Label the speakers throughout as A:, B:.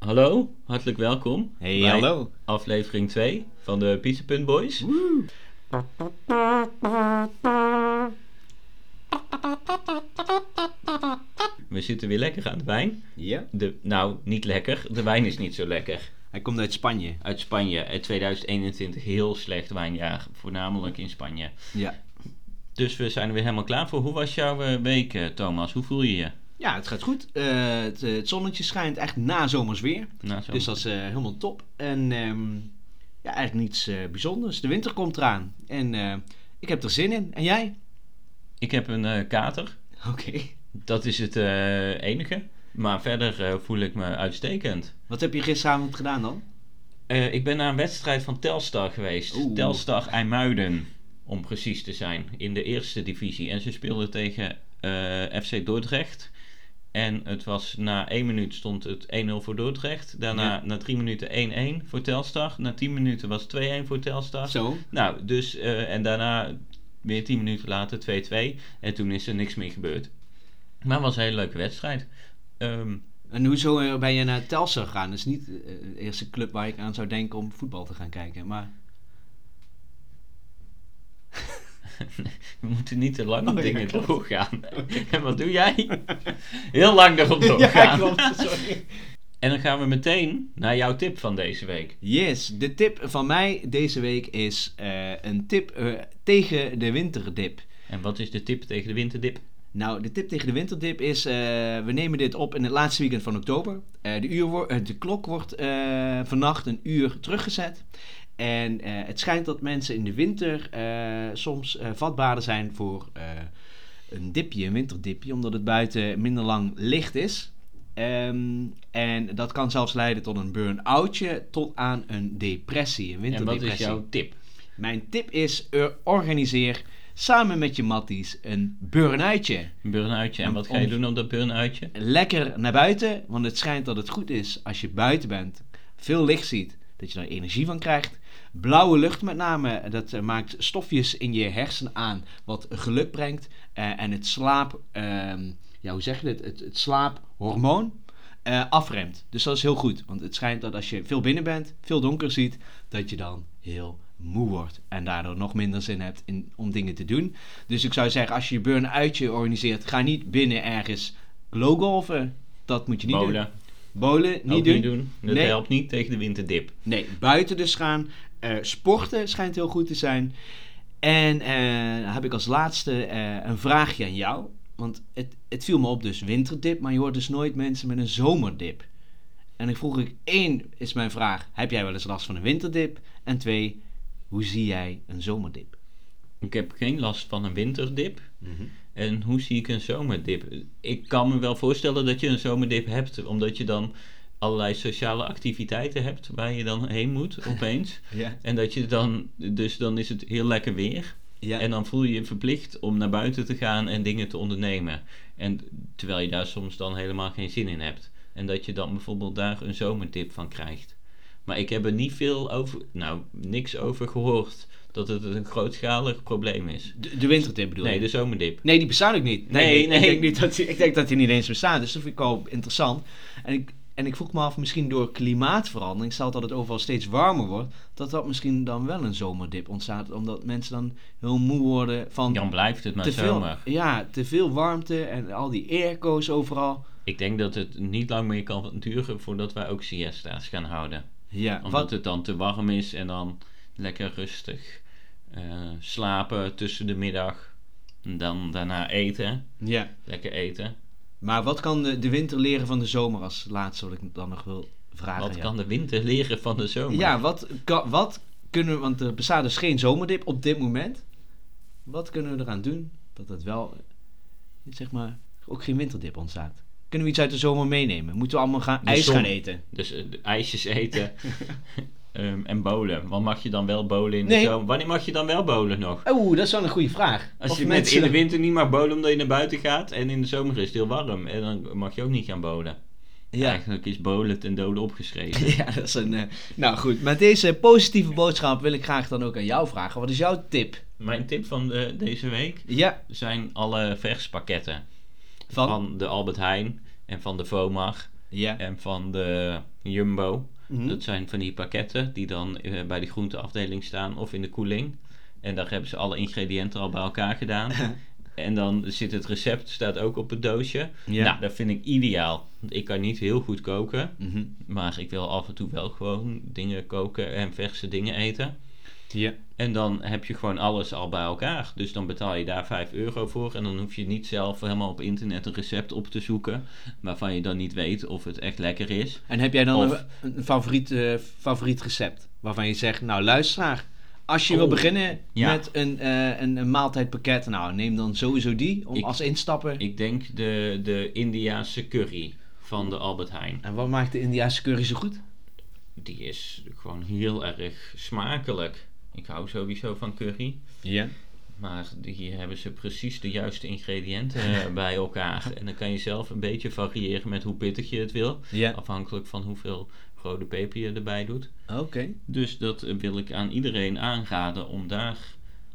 A: Hallo, hartelijk welkom.
B: Hey,
A: bij
B: hallo.
A: Aflevering 2 van de Pizza Punt Boys. We zitten weer lekker aan de wijn.
B: Ja.
A: De, nou, niet lekker. De wijn is niet zo lekker.
B: Hij komt uit Spanje.
A: Uit Spanje. eh, 2021 heel slecht wijnjaar. Voornamelijk in Spanje.
B: Ja.
A: Dus we zijn er weer helemaal klaar voor. Hoe was jouw eh, week, eh, Thomas? Hoe voel je je?
B: Ja, het gaat goed. Eh, het, eh, het zonnetje schijnt echt na zomers weer.
A: Nou, zo.
B: Dus dat is eh, helemaal top. En ehm, ja, eigenlijk niets eh, bijzonders. De winter komt eraan. En eh, ik heb er zin in. En jij?
A: Ik heb een eh, kater.
B: Oké.
A: Dat is het eh, enige. Maar verder eh, voel ik me uitstekend.
B: Wat heb je gisteravond gedaan dan?
A: Eh, ik ben naar een wedstrijd van Telstar geweest.
B: Oeh.
A: Telstar IJmuiden, om precies te zijn, in de eerste divisie. En ze speelden tegen eh, FC Dordrecht. En het was na 1 minuut stond het 1-0 voor Dordrecht. Daarna
B: Ja.
A: na 3 minuten 1-1 voor Telstar. Na 10 minuten was het 2-1 voor Telstar.
B: Zo.
A: Nou, dus eh, en daarna weer 10 minuten later 2-2. En toen is er niks meer gebeurd. Maar het was een hele leuke wedstrijd. Ehm,
B: En hoezo eh, ben je naar Telstar gegaan? Dat is niet eh, de eerste club waar ik aan zou denken om voetbal te gaan kijken. Maar
A: We moeten niet te lang op
B: Oh, ja,
A: dingen
B: klopt.
A: doorgaan. En wat doe jij? Heel lang erop doorgaan.
B: Sorry.
A: en dan gaan we meteen naar jouw tip van deze week.
B: Yes, de tip van mij deze week is eh, een tip eh, tegen de winterdip.
A: En wat is de tip tegen de winterdip?
B: Nou, de tip tegen de winterdip is: eh, we nemen dit op in het laatste weekend van oktober. Eh, de, uur wo- eh, de klok wordt eh, vannacht een uur teruggezet. En eh, het schijnt dat mensen in de winter eh, soms eh, vatbaarder zijn voor eh, een dipje, een winterdipje, omdat het buiten minder lang licht is. Ehm, en dat kan zelfs leiden tot een burn-outje, tot aan een depressie, een
A: En
B: winterdepressie.
A: wat is jouw tip?
B: Mijn tip is: eh, organiseer samen met je matties een burn-outje.
A: Een burn-outje. En
B: Om-
A: wat ga je
B: om-
A: doen op dat burn-outje?
B: lekker naar buiten. Want het schijnt dat het goed is als je buiten bent, veel licht ziet, dat je daar energie van krijgt. Blauwe lucht met name, dat eh, maakt stofjes in je hersen aan wat geluk brengt. Eh, en het slaap, ehm, ja hoe zeg je dit, het, het slaaphormoon eh, afremt. Dus dat is heel goed, want het schijnt dat als je veel binnen bent, veel donker ziet, dat je dan heel moe wordt. En daardoor nog minder zin hebt in, om dingen te doen. Dus ik zou zeggen, als je je burn-uitje organiseert, ga niet binnen ergens Glowgolven, dat moet je niet
A: Bolen.
B: doen. Bolen, niet
A: Ook
B: doen.
A: niet doen. Dat
B: Nee.
A: helpt niet tegen de winterdip.
B: Nee, buiten dus gaan. Eh, sporten schijnt heel goed te zijn. En eh, heb ik als laatste eh, een vraagje aan jou. Want het, het viel me op dus winterdip, maar je hoort dus nooit mensen met een zomerdip. En ik vroeg ik, één is mijn vraag, heb jij wel eens last van een winterdip? En twee, hoe zie jij een zomerdip?
A: Ik heb geen last van een winterdip. En hoe zie ik een zomerdip? Ik kan me wel voorstellen dat je een zomerdip hebt, omdat je dan allerlei sociale activiteiten hebt waar je dan heen moet opeens.
B: Ja.
A: En dat je dan, dus dan is het heel lekker weer.
B: Ja.
A: En dan voel je je verplicht om naar buiten te gaan en dingen te ondernemen. En terwijl je daar soms dan helemaal geen zin in hebt. En dat je dan bijvoorbeeld daar een zomerdip van krijgt. Maar ik heb er niet veel over, nou, niks over gehoord dat het een grootschalig probleem is.
B: De, de winterdip bedoel
A: Nee,
B: je?
A: de zomerdip.
B: Nee, die bestaan ook niet.
A: Nee,
B: ik,
A: nee.
B: Ik denk, niet dat die, ik denk dat die niet eens bestaan. Dus dat vind ik al interessant. En ik, en ik vroeg me af, misschien door klimaatverandering, stelt dat het overal steeds warmer wordt, dat dat misschien dan wel een zomerdip ontstaat. Omdat mensen dan heel moe worden van
A: Dan blijft het maar
B: te, veel,
A: zomer.
B: ja, te veel warmte en al die airco's overal.
A: Ik denk dat het niet lang meer kan duren voordat wij ook siesta's gaan houden.
B: Ja,
A: Omdat
B: wat,
A: het dan te warm is en dan lekker rustig eh, slapen tussen de middag. En dan daarna eten.
B: ja.
A: Lekker eten.
B: Maar wat kan de, de winter leren van de zomer als laatste wat ik dan nog wil vragen? aan
A: Wat
B: jou?
A: kan de winter leren van de zomer?
B: Ja, wat, ka- wat kunnen we, want er bestaat dus geen zomerdip op dit moment. Wat kunnen we eraan doen dat het wel, eh, zeg maar, ook geen winterdip ontstaat? Kunnen we iets uit de zomer meenemen? Moeten we allemaal gaan,
A: De
B: ijs
A: zon.
B: gaan eten?
A: Dus eh, de ijsjes eten. Ehm, en bolen. Want mag je dan wel bolen in
B: Nee.
A: de zomer? Wanneer mag je dan wel bolen nog?
B: Oeh, dat is wel een goede vraag.
A: Als
B: Of
A: je met in de winter niet mag bolen omdat je naar buiten gaat. En in de zomer is het heel warm. En dan mag je ook niet gaan bolen.
B: Ja.
A: Eigenlijk is bolen ten dode opgeschreven.
B: ja, dat is een... eh, nou goed, met deze positieve boodschap wil ik graag dan ook aan jou vragen. Wat is jouw tip?
A: Mijn tip van de- deze week
B: Ja,
A: zijn alle verspakketten.
B: van?
A: Van de Albert Heijn en van de Vomar.
B: Ja.
A: en van de Jumbo.
B: Mhm.
A: Dat zijn van die pakketten die dan eh, bij de groenteafdeling staan of in de koeling. En daar hebben ze alle ingrediënten al bij elkaar gedaan. en dan zit het recept, staat ook op het doosje.
B: Ja.
A: Nou, dat vind ik ideaal. Want ik kan niet heel goed koken.
B: Mhm.
A: Maar ik wil af en toe wel gewoon dingen koken en verse dingen eten.
B: Ja.
A: En dan heb je gewoon alles al bij elkaar. Dus dan betaal je daar 5 euro voor. En dan hoef je niet zelf helemaal op internet een recept op te zoeken. Waarvan je dan niet weet of het echt lekker is.
B: En heb jij dan
A: Of-
B: een, een favoriet, eh, favoriet recept? Waarvan je zegt, nou luisteraar, als je
A: Oh,
B: wil beginnen
A: ja.
B: met een, eh, een, een maaltijdpakket, nou neem dan sowieso die om
A: Ik-
B: als instappen.
A: Ik denk de, de Indiaanse curry van de Albert Heijn.
B: En wat maakt de Indiaanse curry zo goed?
A: Die is gewoon heel erg smakelijk. Ik hou sowieso van curry.
B: Ja.
A: Maar hier hebben ze precies de juiste ingrediënten eh, bij elkaar. En dan kan je zelf een beetje variëren met hoe pittig je het wil.
B: Ja.
A: Afhankelijk van hoeveel rode peper je erbij doet.
B: Oké.
A: Dus dat eh, wil ik aan iedereen aanraden om daar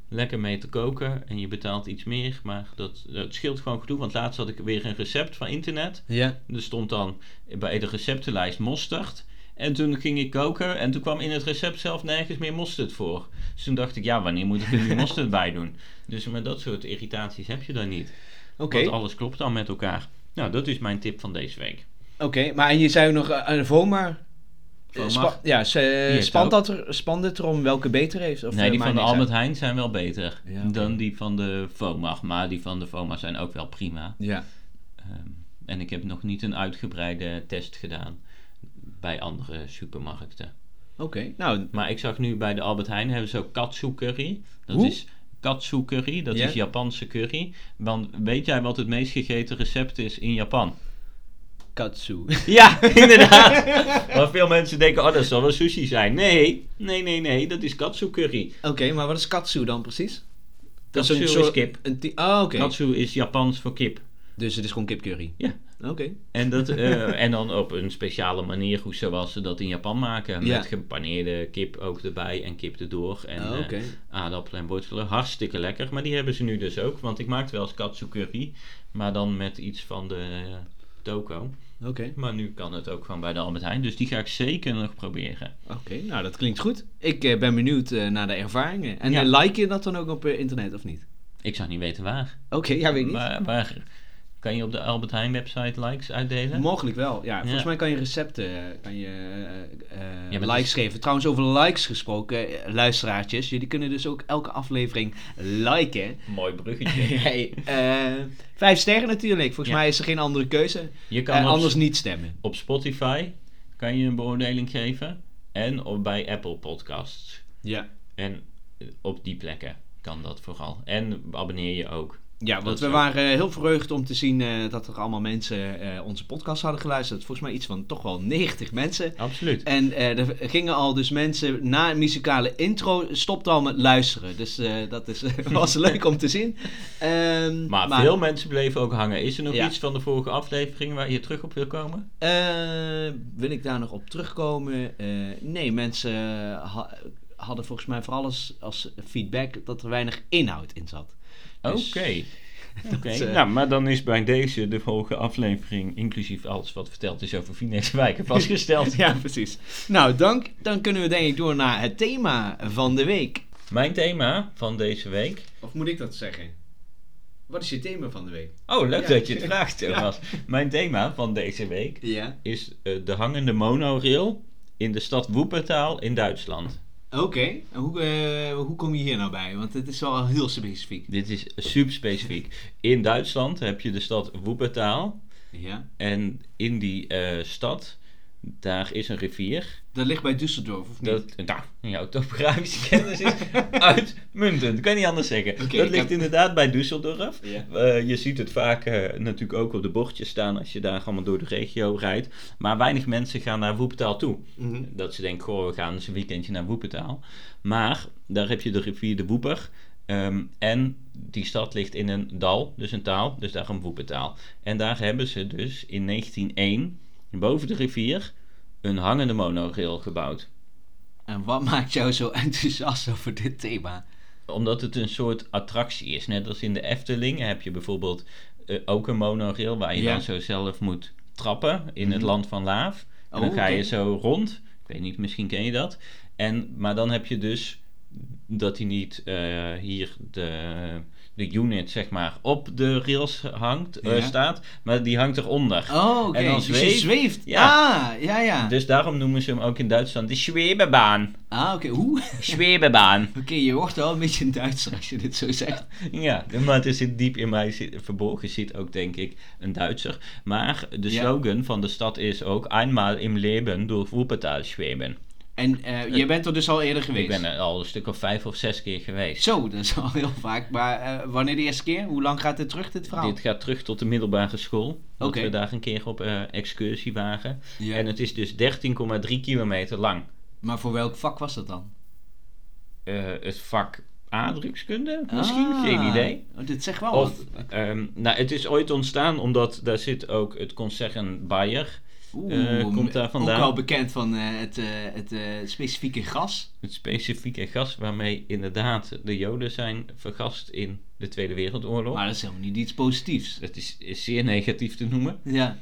A: lekker mee te koken. En je betaalt iets meer, maar dat, dat scheelt gewoon gedoe. Want laatst had ik weer een recept van internet.
B: Ja.
A: Er stond dan bij de receptenlijst mosterd. En toen ging ik koken en toen kwam in het recept zelf nergens meer mosterd voor. Dus toen dacht ik, ja, wanneer moet ik er nu mosterd bij doen? Dus met dat soort irritaties heb je dan niet.
B: Oké.
A: Want alles klopt dan met elkaar. Nou, dat is mijn tip van deze week.
B: Oké, maar en je zei ook nog eh, eh, Vomar.
A: Vomar.
B: Eh, spa- ja, ze,
A: heeft
B: spant,
A: ook.
B: dat er, spant het erom welke beter heeft? Of
A: nee,
B: eh,
A: die
B: maakt
A: van de
B: niks
A: Albert Heijn zijn wel beter
B: Ja, oké.
A: dan die van de Vomag. Maar die van de Vomag zijn ook wel prima.
B: uit? Ja.
A: Ehm, en ik heb nog niet een uitgebreide test gedaan bij andere supermarkten.
B: Oké, nou,
A: Maar ik zag nu bij de Albert Heijn hebben ze ook katsu curry. Dat
B: Hoe?
A: is katsu curry, dat
B: Ja.
A: is Japanse curry. Want weet jij wat het meest gegeten recept is in Japan?
B: katsu.
A: Ja, inderdaad. Want veel mensen denken, oh dat zal wel sushi zijn. Nee, nee, nee, nee, dat is katsu curry.
B: Oké, maar wat is katsu dan precies?
A: Katsu is kip.
B: Een ti- ah, oké.
A: Katsu is Japans voor kip.
B: Dus het is gewoon kipcurry?
A: Ja.
B: Oké.
A: En, dat, eh, en dan op een speciale manier, hoe zoals ze dat in Japan maken.
B: Ja.
A: Met gepaneerde kip ook erbij en kip erdoor. En
B: Ah,
A: eh,
B: oké.
A: aardappelen en wortelen. Hartstikke lekker. Maar die hebben ze nu dus ook. Want ik maakte wel eens katsu curry. Maar dan met iets van de eh, toko.
B: Oké.
A: Maar nu kan het ook gewoon bij de Albert Heijn. Dus die ga ik zeker nog proberen.
B: Oké, nou dat klinkt goed. Ik eh, ben benieuwd eh, naar de ervaringen. En
A: Ja.
B: eh, like je dat dan ook op eh, internet of niet?
A: Ik zou niet weten waar.
B: Oké, ja, weet ik niet.
A: Waar, waar- kan je op de Albert Heijn website likes uitdelen?
B: eh, Mogelijk wel, ja. Volgens
A: Ja.
B: mij kan je recepten, eh, kan je eh, eh,
A: Ja, maar dus- het
B: likes
A: is-
B: geven. Trouwens, over likes gesproken, eh, luisteraartjes. Jullie kunnen dus ook elke aflevering liken.
A: Mooi bruggetje.
B: Hey, eh, vijf sterren natuurlijk. Volgens
A: Ja.
B: mij is er geen andere keuze.
A: Je kan
B: En
A: op
B: Eh, anders niet stemmen.
A: Op Spotify kan je een beoordeling geven. En op, bij Apple Podcasts.
B: Ja.
A: En eh, op die plekken kan dat vooral. En abonneer je ook.
B: Ja, want
A: Dat
B: we
A: is
B: waren eh, heel verheugd om te zien eh, dat er allemaal mensen eh, onze podcast hadden geluisterd. Volgens mij iets van toch wel 90 mensen.
A: Absoluut.
B: En eh, er gingen al dus mensen na een muzikale intro stopten al met luisteren. Dus eh, dat is, was leuk om te zien. Ehm,
A: Maar, veel mensen bleven ook hangen. Is er nog
B: Ja.
A: iets van de vorige aflevering waar je terug op wil komen?
B: eh, wil ik daar nog op terugkomen? Eh, nee, mensen eh, ha- hadden volgens mij vooral als, als feedback dat er weinig inhoud in zat.
A: Oké.
B: Dus-
A: Oké,
B: eh,
A: nou, maar dan is bij deze de vorige aflevering, inclusief alles wat verteld is over Phoenix Wijken, vastgesteld.
B: Ja, precies. Nou, dank. Dan kunnen we denk ik door naar het thema van de week.
A: Mijn thema van deze week.
B: Of moet ik dat zeggen? Wat is je thema van de week?
A: Oh, leuk
B: Ja.
A: dat je het vraagt, Thomas. Mijn thema van deze week
B: Ja.
A: is eh, de hangende monorail in de stad Woepertaal in Duitsland.
B: Oké. En Hoe, eh, hoe kom je hier nou bij? Want het is wel heel specifiek.
A: Dit is super specifiek. In Duitsland heb je de stad Woepertaal.
B: Ja.
A: En in die eh, stad, daar is een rivier.
B: Dat ligt bij Düsseldorf, of niet?
A: Dat, nou, jouw topografische kennis is uitmuntend. Kan niet anders zeggen.
B: Oké,
A: dat
B: ik
A: ligt
B: heb-
A: inderdaad bij Düsseldorf.
B: Ja.
A: Eh, je ziet het vaak eh, natuurlijk ook op de bordjes staan als je daar allemaal door de regio rijdt. Maar weinig mensen gaan naar Woepetaal toe.
B: Mhm.
A: Dat ze denken, goh, we gaan eens een weekendje naar Woepetaal. Maar daar heb je de rivier de Woeper. ehm, en die stad ligt in een dal, dus een taal, dus daarom Woepetaal. En daar hebben ze dus in 1901, boven de rivier, een hangende monorail gebouwd.
B: En wat maakt jou zo enthousiast over dit thema?
A: Omdat het een soort attractie is. Net als in de Efteling heb je bijvoorbeeld eh, ook een monorail waar je
B: Ja.
A: dan zo zelf moet trappen in het
B: Mhm.
A: land van Laaf. En
B: Oh,
A: dan ga je
B: oké.
A: zo rond. Ik weet niet, misschien ken je dat. En, maar dan heb je dus dat hij niet eh, hier de, de unit, zeg maar, op de rails hangt, eh,
B: Ja.
A: staat. Maar die hangt eronder.
B: Oh, oké.
A: En dan
B: Dus je
A: zweeft-
B: zweeft. Ah, ja, ja.
A: Dus daarom noemen ze hem ook in Duitsland de Schwebebaan.
B: Ah, oké. Hoe?
A: Schwebebaan.
B: Oké, je wordt wel een beetje een Duitser als je dit zo zegt.
A: Ja, maar het zit diep in mij zit- verborgen zit ook, denk ik, een Duitser. Maar de
B: Ja.
A: slogan van de stad is ook... Einmal im Leben door Wuppertal schweben.
B: En eh, jij bent er dus al eerder geweest?
A: Ik ben er al een stuk of vijf of zes keer geweest.
B: Zo, dat is al heel vaak. Maar eh, wanneer de eerste keer? Hoe lang gaat dit terug, dit verhaal?
A: Dit gaat terug tot de middelbare school. Dat
B: Oké.
A: we daar een keer op eh, excursie waren.
B: Ja.
A: En het is dus 13,3 kilometer lang.
B: Maar voor welk vak was dat dan?
A: Eh, het vak aardrijkskunde misschien?
B: Ah,
A: Geen idee.
B: Oh, dit zegt wel
A: Of,
B: wat.
A: ehm, nou, het is ooit ontstaan omdat daar zit ook het concern Bayer.
B: Oeh,
A: eh, komt daar vandaan.
B: Ook al bekend van eh, het, eh, het eh, specifieke gas.
A: Het specifieke gas waarmee inderdaad de Joden zijn vergast in de Tweede Wereldoorlog.
B: Maar dat is helemaal niet iets positiefs.
A: dat is, is zeer negatief te noemen.
B: Ja.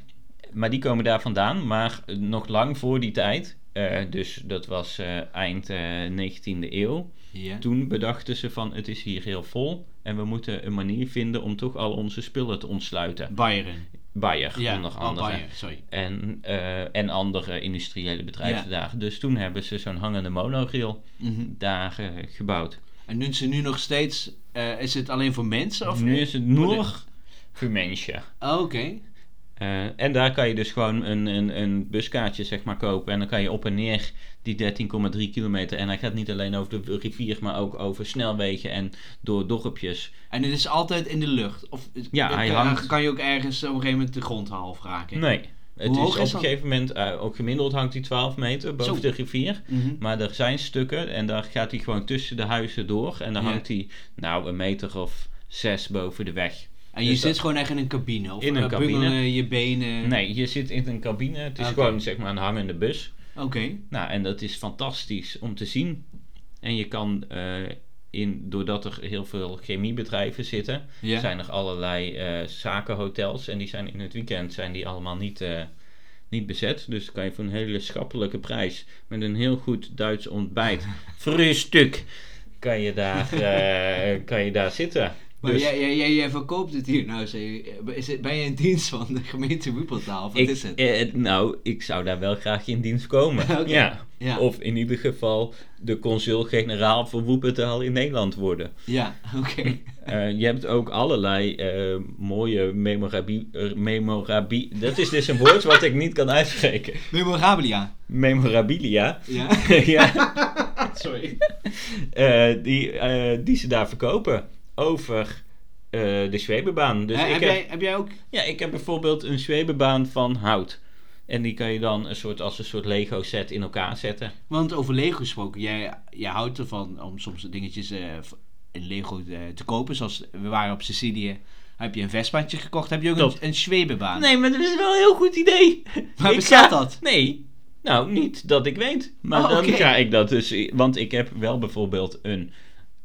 A: Maar die komen daar vandaan. Maar nog lang voor die tijd, eh, dus dat was eh, eind eh 19e eeuw.
B: ja.
A: Toen bedachten ze van het is hier heel vol en we moeten een manier vinden om toch al onze spullen te ontsluiten.
B: Bayern.
A: Bayer
B: Ja,
A: onder
B: oh,
A: andere.
B: Bayern, sorry.
A: En, eh, en andere industriële bedrijven daar. Dus toen hebben ze zo'n hangende monorail
B: Mhm.
A: daar eh, gebouwd.
B: En nu is ze nu nog steeds... eh, is het alleen voor mensen? Of
A: nu is het nog voor mensen.
B: Oh, Oké.
A: Eh, en daar kan je dus gewoon een, een, een buskaartje zeg maar kopen. En dan kan je op en neer die 13,3 kilometer. En hij gaat niet alleen over de rivier, maar ook over snelwegen en door dorpjes.
B: En het is altijd in de lucht? Of eh,
A: Ja,
B: kan,
A: hij hangt-
B: kan je ook ergens op een gegeven moment de grond half raken?
A: Nee. Het
B: Hoe hoog
A: is op
B: is
A: een
B: dat?
A: gegeven moment, eh, ook gemiddeld hangt hij 12 meter boven
B: Zo.
A: de rivier.
B: Mhm.
A: Maar er zijn stukken en daar gaat hij gewoon tussen de huizen door. En dan
B: Ja.
A: hangt hij, nou, een meter of zes boven de weg.
B: En je
A: Dus
B: zit
A: dat-
B: gewoon echt in een cabine? Of
A: In een
B: eh, bungelen
A: cabine.
B: je benen?
A: Nee, je zit in een cabine. Het is
B: Ah, Oké.
A: gewoon zeg maar een hangende bus.
B: Oké.
A: Nou, en dat is fantastisch om te zien. En je kan, eh, in, doordat er heel veel chemiebedrijven zitten,
B: Ja.
A: zijn er allerlei eh, zakenhotels. En die zijn in het weekend zijn die allemaal niet, eh, niet bezet. Dus dan kan je voor een hele schappelijke prijs, met een heel goed Duits ontbijt, frühstuk, kan je daar, eh, kan je daar zitten.
B: Maar
A: Dus-
B: jij, jij, jij, jij verkoopt het hier nou. zeg je. Is het, ben je in dienst van de gemeente Wuppertaal? Of Wat
A: Ik-
B: is het?
A: eh, nou, ik zou daar wel graag in dienst komen.
B: Oké.
A: Ja.
B: Ja.
A: Of in ieder geval de consul-generaal voor Woepertaal in Nederland worden.
B: Ja, oké.
A: Eh, je hebt ook allerlei eh, mooie memorabie, eh, memorabie... Dat is dus een woord wat ik niet kan uitspreken.
B: Memorabilia.
A: Memorabilia.
B: Ja.
A: ja,
B: Sorry.
A: eh, die, eh, die ze daar verkopen over eh, de zwebebaan. Dus
B: Eh,
A: ik
B: heb,
A: heb,
B: jij, heb jij ook...
A: ja, ik heb bijvoorbeeld een zwebebaan van hout. En die kan je dan een soort, als een soort Lego-set in elkaar zetten.
B: Want over Lego gesproken. Jij, jij houdt ervan om soms dingetjes eh, v- in Lego eh, te kopen. Zoals we waren op Sicilië. Heb je een Vespaantje gekocht? Heb je ook
A: Klopt.
B: een, een Schwebebaan?
A: Nee, maar dat is wel een heel goed idee.
B: Maar
A: Ik
B: bestaat
A: ga-
B: dat?
A: Nee. Nou, niet dat ik weet. Maar
B: Oh,
A: dan
B: oké.
A: ga ik dat dus... Want ik heb wel bijvoorbeeld een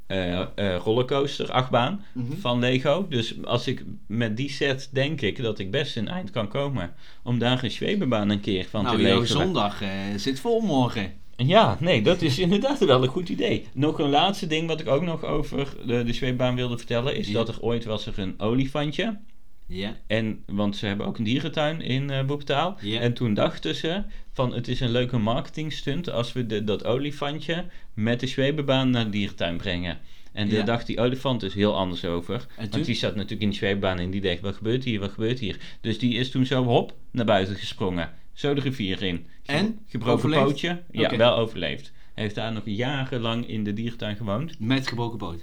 A: eh, eh, rollercoaster achtbaan
B: Mhm.
A: van Lego. Dus als ik met die set denk ik dat ik best een eind kan komen. Om daar een zwebebaan een keer van
B: Nou,
A: te
B: jouw
A: leggen.
B: zondag eh, zit vol morgen.
A: Ja, nee, dat is inderdaad wel een goed idee. Nog een laatste ding wat ik ook nog over de, de zweepbaan wilde vertellen... is
B: Ja.
A: dat er ooit was er een olifantje...
B: Ja.
A: En, want ze hebben ook een dierentuin in eh Boeptaal.
B: Ja.
A: En toen dachten ze van het is een leuke marketingstunt als we de, dat olifantje met de zwebebaan naar de dierentuin brengen. En daar
B: Ja.
A: dacht die olifant dus heel anders over.
B: En toen?
A: Want die zat natuurlijk in de zweepbaan en die dacht, wat gebeurt hier, wat gebeurt hier? Dus die is toen zo hop naar buiten gesprongen. Zo de rivier in. Ge-
B: En?
A: Gebroken
B: Overleefd?
A: pootje. Ja,
B: Oké.
A: wel overleefd. Heeft daar nog jarenlang in de dierentuin gewoond.
B: Met gebroken poot.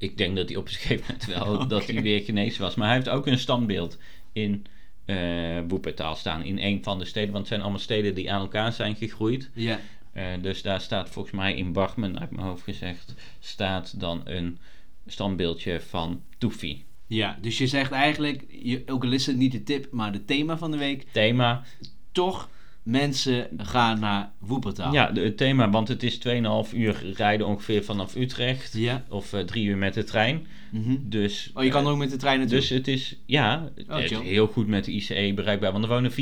A: Ik denk dat hij op een gegeven moment wel
B: Oké.
A: dat hij weer genezen was. Maar hij heeft ook een standbeeld in eh Woepertaal staan. In een van de steden. Want het zijn allemaal steden die aan elkaar zijn gegroeid.
B: Ja.
A: Eh, dus daar staat volgens mij in Bachman, uit mijn hoofd gezegd, staat dan een standbeeldje van Toefie.
B: Ja, dus je zegt eigenlijk, je, ook al is het niet de tip, maar het thema van de week.
A: Thema,
B: Toch, mensen gaan naar Woepertaal.
A: Ja, de- het thema, want het is 2,5 uur rijden ongeveer vanaf Utrecht.
B: Ja.
A: Of eh, drie uur met de trein.
B: Mhm.
A: Dus,
B: Oh, je kan
A: eh,
B: ook met de trein naartoe.
A: dus het is, ja, het is
B: chill.
A: heel goed met de ICE bereikbaar. Want er wonen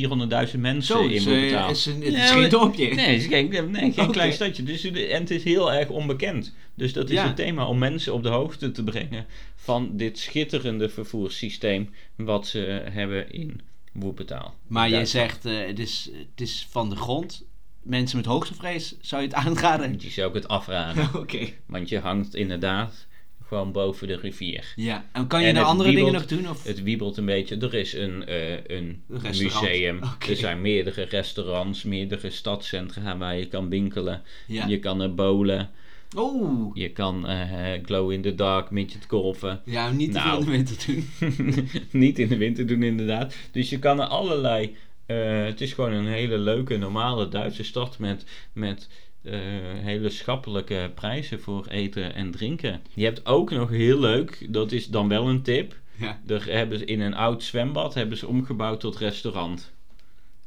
A: 400.000 mensen
B: Zo,
A: dus, in
B: is,
A: Boeketaal.
B: eh, is een, het
A: Ja,
B: is geen
A: maar-
B: dorpje.
A: Nee, het is geen, nee, geen
B: Oké.
A: klein stadje. Dus, de- en het is heel erg onbekend. Dus dat is
B: Ja.
A: het thema om mensen op de hoogte te brengen van dit schitterende vervoerssysteem wat ze hebben in Woepetaal.
B: Maar jij
A: Duits-
B: zegt, eh, het, is, het is van de grond. Mensen met hoogtevrees, zou je het aanraden?
A: Die zou ik het afraden.
B: Oké.
A: Want je hangt inderdaad gewoon boven de rivier.
B: Ja, en kan je
A: En
B: daar
A: het
B: andere dingen nog
A: wiebelt-
B: doen? Of?
A: Het wiebelt een beetje. Er is een, eh, een
B: Restaurant.
A: museum.
B: Oké.
A: Er zijn meerdere restaurants, meerdere stadscentra waar je kan winkelen.
B: Ja.
A: Je kan eh, bowlen.
B: Oh,
A: Je kan eh, glow in the dark, midget golven.
B: ja, niet te veel
A: Nou.
B: in de winter doen.
A: Niet in de winter doen inderdaad. Dus je kan er allerlei... eh, het is gewoon een hele leuke, normale Duitse stad met... met eh, hele schappelijke prijzen voor eten en drinken. Je hebt ook nog heel leuk, dat is dan wel een tip.
B: Ja.
A: Er hebben ze in een oud zwembad hebben ze omgebouwd tot restaurant.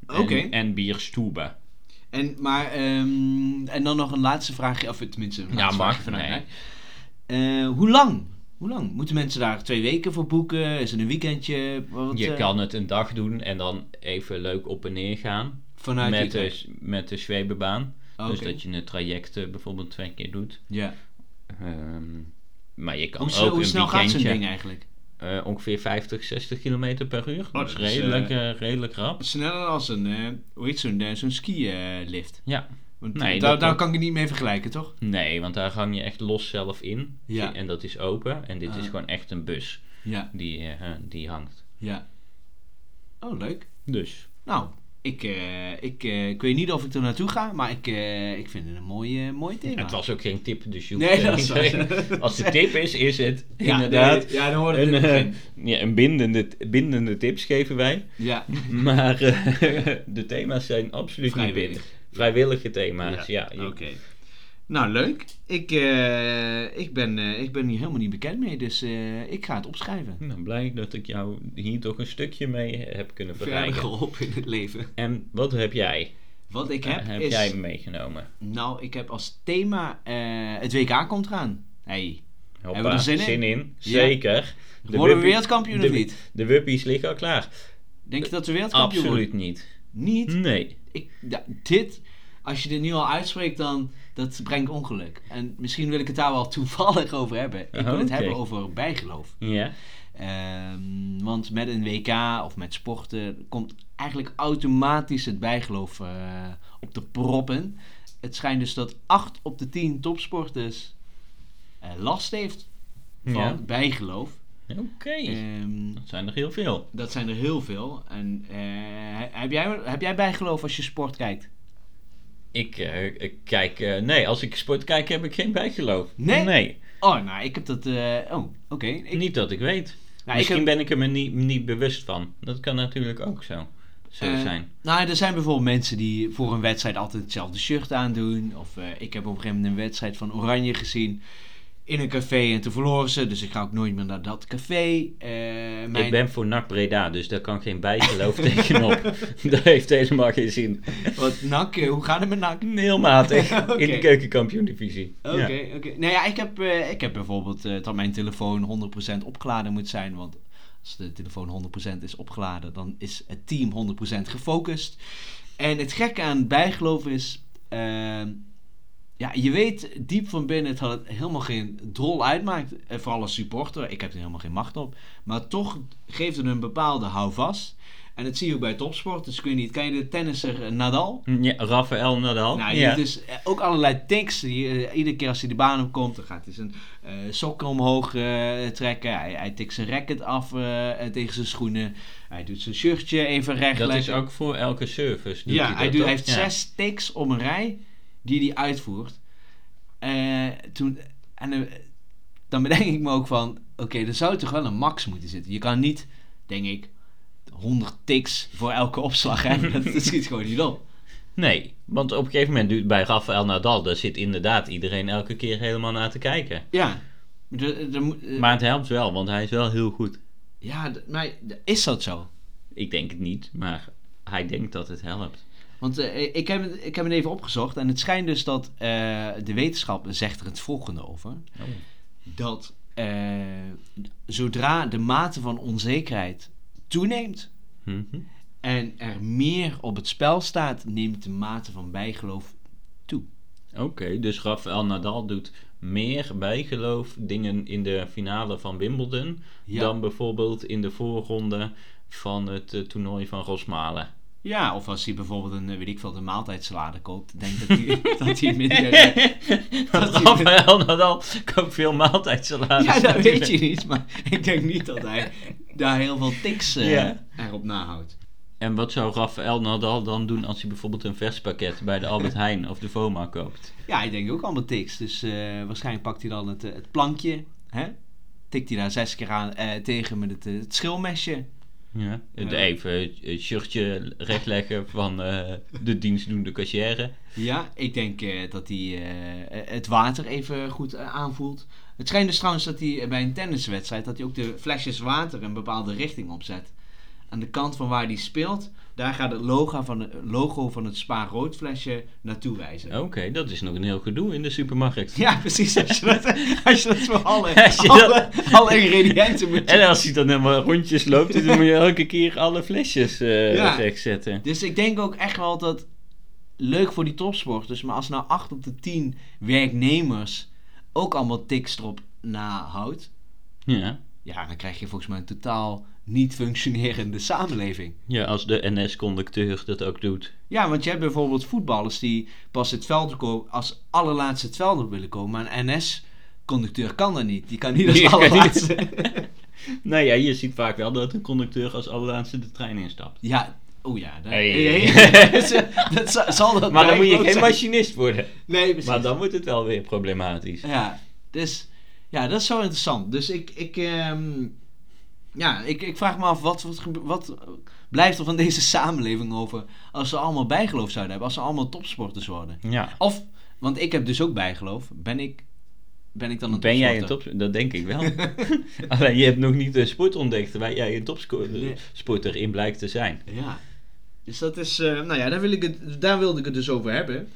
B: Oké.
A: En, en bierstube.
B: En, maar, ehm, en dan nog een laatste vraagje, of tenminste een
A: Ja,
B: laatste
A: mag,
B: vraagje vanuit
A: nee.
B: mij. Eh, hoe lang? Hoe lang? Moeten mensen daar twee weken voor boeken? Is het een weekendje? Wat,
A: Je
B: eh,
A: kan het een dag doen en dan even leuk op en neer gaan.
B: vanuit
A: met,
B: Utrecht?
A: de, met de zwebebaan.
B: Oké.
A: Dus dat je een traject eh, bijvoorbeeld twee keer doet.
B: ja.
A: Ehm, maar je kan
B: Hoe,
A: ook
B: snel- hoe
A: een
B: snel gaat zo'n
A: weekendje,
B: ding eigenlijk?
A: eh, ongeveer 50, 60 kilometer per uur.
B: dat
A: dat is
B: is, eh,
A: redelijk, eh, redelijk rap.
B: Sneller als een, eh, hoe heet zo'n, eh, zo'n ski-lift.
A: Ja.
B: Want
A: Nee,
B: daar,
A: dat-
B: daar kan ik het niet mee vergelijken, toch?
A: Nee, want daar hang je echt los zelf in.
B: Ja.
A: En dat is open. En dit
B: Ah.
A: is gewoon echt een bus
B: Ja,
A: die, eh, die hangt.
B: ja. Oh, leuk.
A: Dus
B: Nou, ik, eh, ik, eh, ik weet niet of ik er naartoe ga, maar ik, eh, ik vind het een mooi, eh, mooi thema.
A: Het was ook geen tip, dus je hoeft
B: Nee,
A: eh,
B: dat
A: niet
B: is
A: te
B: waar.
A: Als de tip is, is het
B: Ja,
A: inderdaad.
B: nee, ja, dan hoort het
A: Een,
B: in het
A: eh,
B: begin.
A: ja, een bindende, bindende tips geven wij.
B: Ja.
A: Maar eh, de thema's zijn absoluut niet
B: Vrijwillig.
A: binnen. Vrijwillige thema's, ja. je-
B: Oké. Nou, leuk. Ik, eh, ik, ben, eh, ik ben hier helemaal niet bekend mee, dus eh, ik ga het opschrijven.
A: Nou, blij dat ik jou hier toch een stukje mee heb kunnen verrijken.
B: geholpen in het leven.
A: En wat heb jij?
B: Wat ik heb,
A: Eh, heb
B: is...
A: jij meegenomen?
B: Nou, ik heb als thema... eh, het WK komt eraan. Hey,
A: Hoppa,
B: we er zin in? Ja.
A: Zeker. De
B: worden we
A: wuppie-
B: wereldkampioen
A: de-
B: of niet?
A: De wuppies liggen al klaar.
B: Denk je dat we wereldkampioen
A: Absoluut niet.
B: worden? Niet?
A: Nee.
B: Ik, ja, dit, als je dit nu al uitspreekt, dan dat brengt ongeluk. En misschien wil ik het daar wel toevallig over hebben. Ik wil
A: Oh,
B: het
A: oké.
B: hebben over bijgeloof.
A: Ja.
B: Ehm, want met een WK of met sporten komt eigenlijk automatisch het bijgeloof eh, op de proppen. Het schijnt dus dat 8 op de 10 topsporters eh, last heeft van
A: Ja.
B: bijgeloof.
A: Oké.
B: Ehm,
A: Dat zijn er heel veel.
B: dat zijn er heel veel. En eh, heb, jij, heb jij bijgeloof als je sport kijkt?
A: Ik, eh, ik kijk, eh, nee, als ik sport kijk heb ik geen bijgeloof.
B: Nee? Oh, nou, ik heb dat. eh, oh, oké. Ik-
A: niet dat ik weet.
B: Nou, ik
A: Misschien
B: heb-
A: ben ik er me niet, niet bewust van. Dat kan natuurlijk ook zo, zo
B: Eh,
A: zijn.
B: Nou, er zijn bijvoorbeeld mensen die voor een wedstrijd altijd hetzelfde shirt aandoen. Of eh, ik heb op een gegeven moment een wedstrijd van Oranje gezien in een café en toen verloren ze. Dus ik ga ook nooit meer naar dat café. Eh, mijn-
A: Ik ben voor NAC Breda, dus daar kan geen bijgeloof tegenop. Dat heeft helemaal geen zin.
B: Wat, nak, eh, hoe gaat het met nak?
A: Heel matig
B: Oké.
A: in de keukenkampioen-divisie.
B: Oké, oké. Nou ja, ik heb, eh, ik heb bijvoorbeeld eh, dat mijn telefoon 100% opgeladen moet zijn. Want als de telefoon 100% is opgeladen, dan is het team 100% gefocust. En het gekke aan bijgeloof is... ehm, ja, je weet diep van binnen dat het helemaal geen drol uitmaakt. Eh, Vooral als supporter, ik heb er helemaal geen macht op. Maar toch geeft het een bepaalde houvast. En dat zie je ook bij topsport. Dus ik weet niet, kan je de tennisser eh, Nadal?
A: Ja. Ja, Rafael Nadal.
B: Nou,
A: ja.
B: dus ook allerlei tics. Die, eh, iedere keer als hij de baan opkomt, dan gaat hij zijn eh, sokken omhoog eh, trekken. Hij, hij tikt zijn racket af eh, eh, tegen zijn schoenen. Hij doet zijn shirtje even recht
A: dat is
B: leggen.
A: ook voor elke service. doet
B: ja,
A: dat,
B: hij, doet, hij
A: toch?
B: heeft
A: Ja.
B: zes tics om een rij die hij uitvoert. Eh, toen, en eh, dan bedenk ik me ook van, oké, er zou toch wel een max moeten zitten. Je kan niet, denk ik, 100 tics voor elke opslag hebben. Dat, dat schiet gewoon niet op.
A: Nee, want op een gegeven moment duurt bij Rafael Nadal, daar zit inderdaad iedereen elke keer helemaal naar te kijken.
B: Ja. De, de, moet- eh,
A: Maar het helpt wel, want hij is wel heel goed.
B: Ja, d- maar d- is dat zo?
A: Ik denk het niet, maar hij denkt dat het helpt.
B: Want eh, ik, heb, het- ik heb het even opgezocht en het schijnt dus dat eh, de wetenschap zegt er het volgende over. Dat eh, zodra de mate van onzekerheid toeneemt
A: Mhm.
B: en er meer op het spel staat, neemt de mate van bijgeloof
A: Oké, dus Rafael Nadal doet meer bijgeloof dingen in de finale van Wimbledon
B: Ja.
A: dan bijvoorbeeld in de voorronde van het eh, toernooi van Rosmalen.
B: Ja, of als hij bijvoorbeeld een, eh, weet ik veel, een maaltijdsalade koopt, denk dat hij, dat hij minder...
A: Want
B: is-
A: Rafael Nadal koopt veel maaltijdsalades.
B: Ja, dat
A: natuurlijk.
B: weet je niet, maar ik denk niet dat hij daar heel veel tics eh,
A: Ja.
B: erop nahoudt.
A: En wat zou Rafael Nadal dan doen als hij bijvoorbeeld een verspakket bij de Albert Heijn of de Voma koopt?
B: Ja, ik denk ook allemaal tics, dus eh, waarschijnlijk pakt hij dan het, eh, het plankje, hè? tikt hij daar zes keer aan eh, tegen met het, eh, het schilmesje.
A: Ja.
B: Ja.
A: Even het shirtje rechtleggen van eh, de dienstdoende cashier.
B: Ja, ik denk eh, dat hij eh, eh, het water even goed eh, aanvoelt. Het schijnt dus trouwens dat hij eh, bij een tenniswedstrijd dat hij ook de flesjes water een bepaalde richting opzet. Aan de kant van waar hij speelt, daar gaat het logo van, de- logo van het Spa Rood flesje naartoe wijzen.
A: Oké, dat is nog een heel gedoe in de supermarkt.
B: Ja, precies. Als je dat, als je dat voor alle,
A: Als je
B: alle, alle ingrediënten moet
A: En als hij dan helemaal rondjes loopt, dan moet je elke keer alle flesjes eh
B: Ja.
A: rechtzetten.
B: Dus ik denk ook echt wel dat leuk voor die topsporters, maar als nou 8 op de 10 werknemers ook allemaal tiks erop nahoudt,
A: Ja.
B: ja, dan krijg je volgens mij een totaal niet functionerende samenleving.
A: ja, als de NS-conducteur dat ook doet.
B: Ja, want je hebt bijvoorbeeld voetballers die pas het veld komen, als allerlaatste het veld op willen komen, maar een NS-conducteur kan dat niet. Die kan niet als
A: Die kan niet.
B: allerlaatste.
A: Nou ja, je ziet vaak wel dat een conducteur als allerlaatste de trein instapt.
B: Ja, oh ja. Dat,
A: Hey.
B: dat zal, zal dat
A: Maar dan moet je
B: bijgeloof
A: geen
B: zijn.
A: machinist worden.
B: Nee, precies.
A: Maar dan wordt het wel weer problematisch.
B: Ja, dus, ja, dat is zo interessant. Dus ik, ik, ehm, ja, ik, ik vraag me af, wat, wat, gebe- wat blijft er van deze samenleving over als ze allemaal bijgeloof zouden hebben? Als ze allemaal topsporters worden?
A: Ja.
B: Of, want ik heb dus ook bijgeloof, ben ik, ben ik dan een
A: Ben jij een
B: topsporter?
A: top? Dat denk ik wel. Alleen je hebt nog niet een sport ontdekt waar jij een
B: Nee.
A: topsporter in blijkt te zijn.
B: Ja. Dus dat is, eh, nou ja, daar, wil ik het, daar wilde ik het dus over hebben.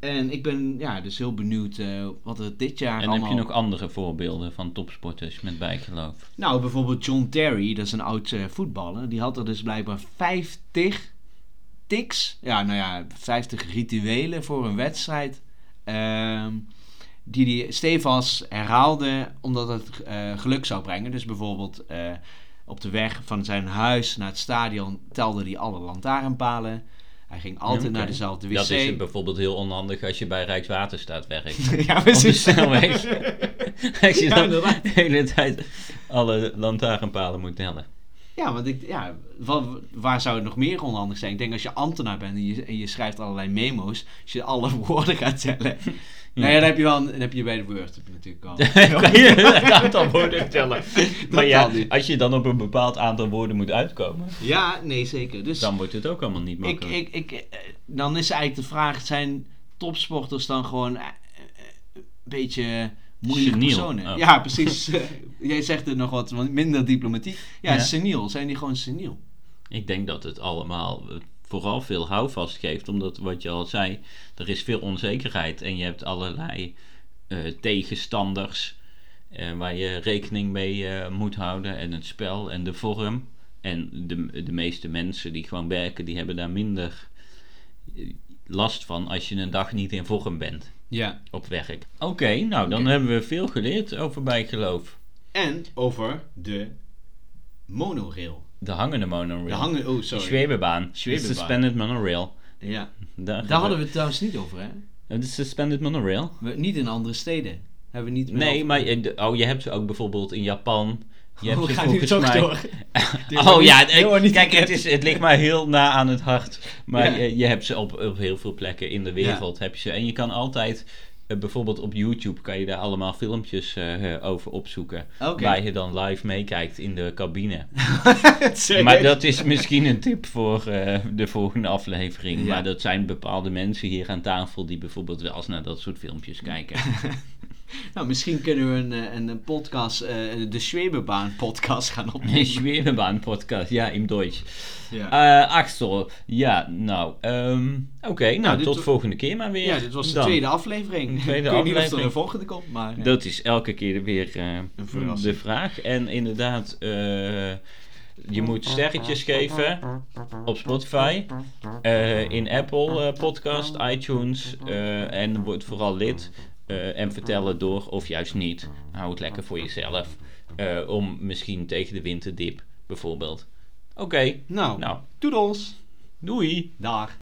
B: En ik ben ja, dus heel benieuwd eh, wat er dit jaar
A: En heb
B: allemaal...
A: je nog andere voorbeelden van topsporters met bijgeloof?
B: Nou, bijvoorbeeld John Terry, dat is een oud eh, voetballer. Die had er dus blijkbaar 50 tics. Ja, nou ja, 50 rituelen voor een wedstrijd. ehm, die hij stevast herhaalde omdat het eh, geluk zou brengen. Dus bijvoorbeeld eh, op de weg van zijn huis naar het stadion telde hij alle lantaarnpalen. Hij ging altijd
A: Ja, oké.
B: naar dezelfde wc.
A: Dat is het bijvoorbeeld heel onhandig als je bij Rijkswaterstaat werkt.
B: ja,
A: Op de
B: precies.
A: snelweg. als je
B: Ja,
A: dan de
B: inderdaad.
A: hele tijd alle lantaarnpalen moet tellen.
B: Ja, want ik, ja, wa- waar zou het nog meer onhandig zijn? Ik denk als je ambtenaar bent en je, en je schrijft allerlei memo's, als je alle woorden gaat tellen. Nou ja, dan heb je wel, een- dan heb je bij de Word heb je natuurlijk al.
A: kan je een aantal woorden tellen. Maar ja,
B: kan niet.
A: als je dan op een bepaald aantal woorden moet uitkomen,
B: Ja, nee, zeker. Dus
A: dan wordt het ook allemaal niet
B: ik,
A: makkelijk.
B: ik, ik, eh, dan is eigenlijk de vraag: zijn topsporters dan gewoon eh, eh, een beetje moeilijke
A: Seniel.
B: personen?
A: Oh.
B: Ja, precies. Jij zegt er nog wat wat minder diplomatiek. Ja,
A: Ja.
B: seniel. Zijn die gewoon seniel?
A: Ik denk dat het allemaal eh, vooral veel houvast geeft, omdat wat je al zei, er is veel onzekerheid en je hebt allerlei eh, tegenstanders eh, waar je rekening mee eh, moet houden en het spel en de vorm. En de, de meeste mensen die gewoon werken, die hebben daar minder eh, last van als je een dag niet in vorm bent
B: Ja.
A: op werk. Oké, nou dan
B: Oké.
A: hebben we veel geleerd over bijgeloof.
B: En over de monorail.
A: De hangende monorail.
B: De hangen, oh,
A: de
B: sorry.
A: Schwebebaan.
B: Schwebebaan.
A: De suspended monorail.
B: Ja,
A: Daar,
B: daar hadden we het trouwens niet over, hè?
A: Eh, De suspended monorail?
B: We- niet in andere steden. Hebben we niet meer
A: Nee,
B: over.
A: maar je, de- oh, je hebt ze ook bijvoorbeeld in Japan. Je hebt
B: Oh,
A: ze
B: we gaan nu
A: volgens
B: toch
A: mij...
B: door.
A: Oh ja, ik- kijk, het, is, het ligt mij heel na aan het hart. Maar
B: Ja.
A: je, je hebt ze op, op heel veel plekken in de wereld. Heb je ze. En je kan altijd, eh, bijvoorbeeld op YouTube, kan je daar allemaal filmpjes eh, eh, over opzoeken.
B: Oké.
A: Waar je dan live meekijkt in de cabine.
B: Serieus?
A: Maar dat is misschien een tip voor eh, de volgende aflevering.
B: Ja.
A: Maar dat zijn bepaalde mensen hier aan tafel die bijvoorbeeld wel eens naar dat soort filmpjes kijken.
B: Nou, misschien kunnen we een, eh, een, een podcast, eh, de Schwebebaan podcast gaan opnemen.
A: Schwedenbaan-podcast, ja, im Deutsch.
B: Ja.
A: Eh Axel, ja, nou, ehm, oké, nou,
B: dit
A: tot
B: wa-
A: volgende keer maar weer.
B: ja, dit was de
A: Dan.
B: tweede aflevering.
A: De tweede
B: ik weet niet of er
A: aflevering.
B: een volgende komt, maar... eh,
A: Dat is elke keer weer eh,
B: verrassing.
A: de vraag. En inderdaad, eh, je moet sterretjes geven op Spotify, eh, in Apple eh, Podcast, iTunes eh, en word vooral lid. eh, en vertel het door of juist niet. Hou het lekker voor jezelf. eh, om misschien tegen de winter dip bijvoorbeeld. Oké,
B: Nou,
A: nou,
B: toedels!
A: doei!
B: Dag!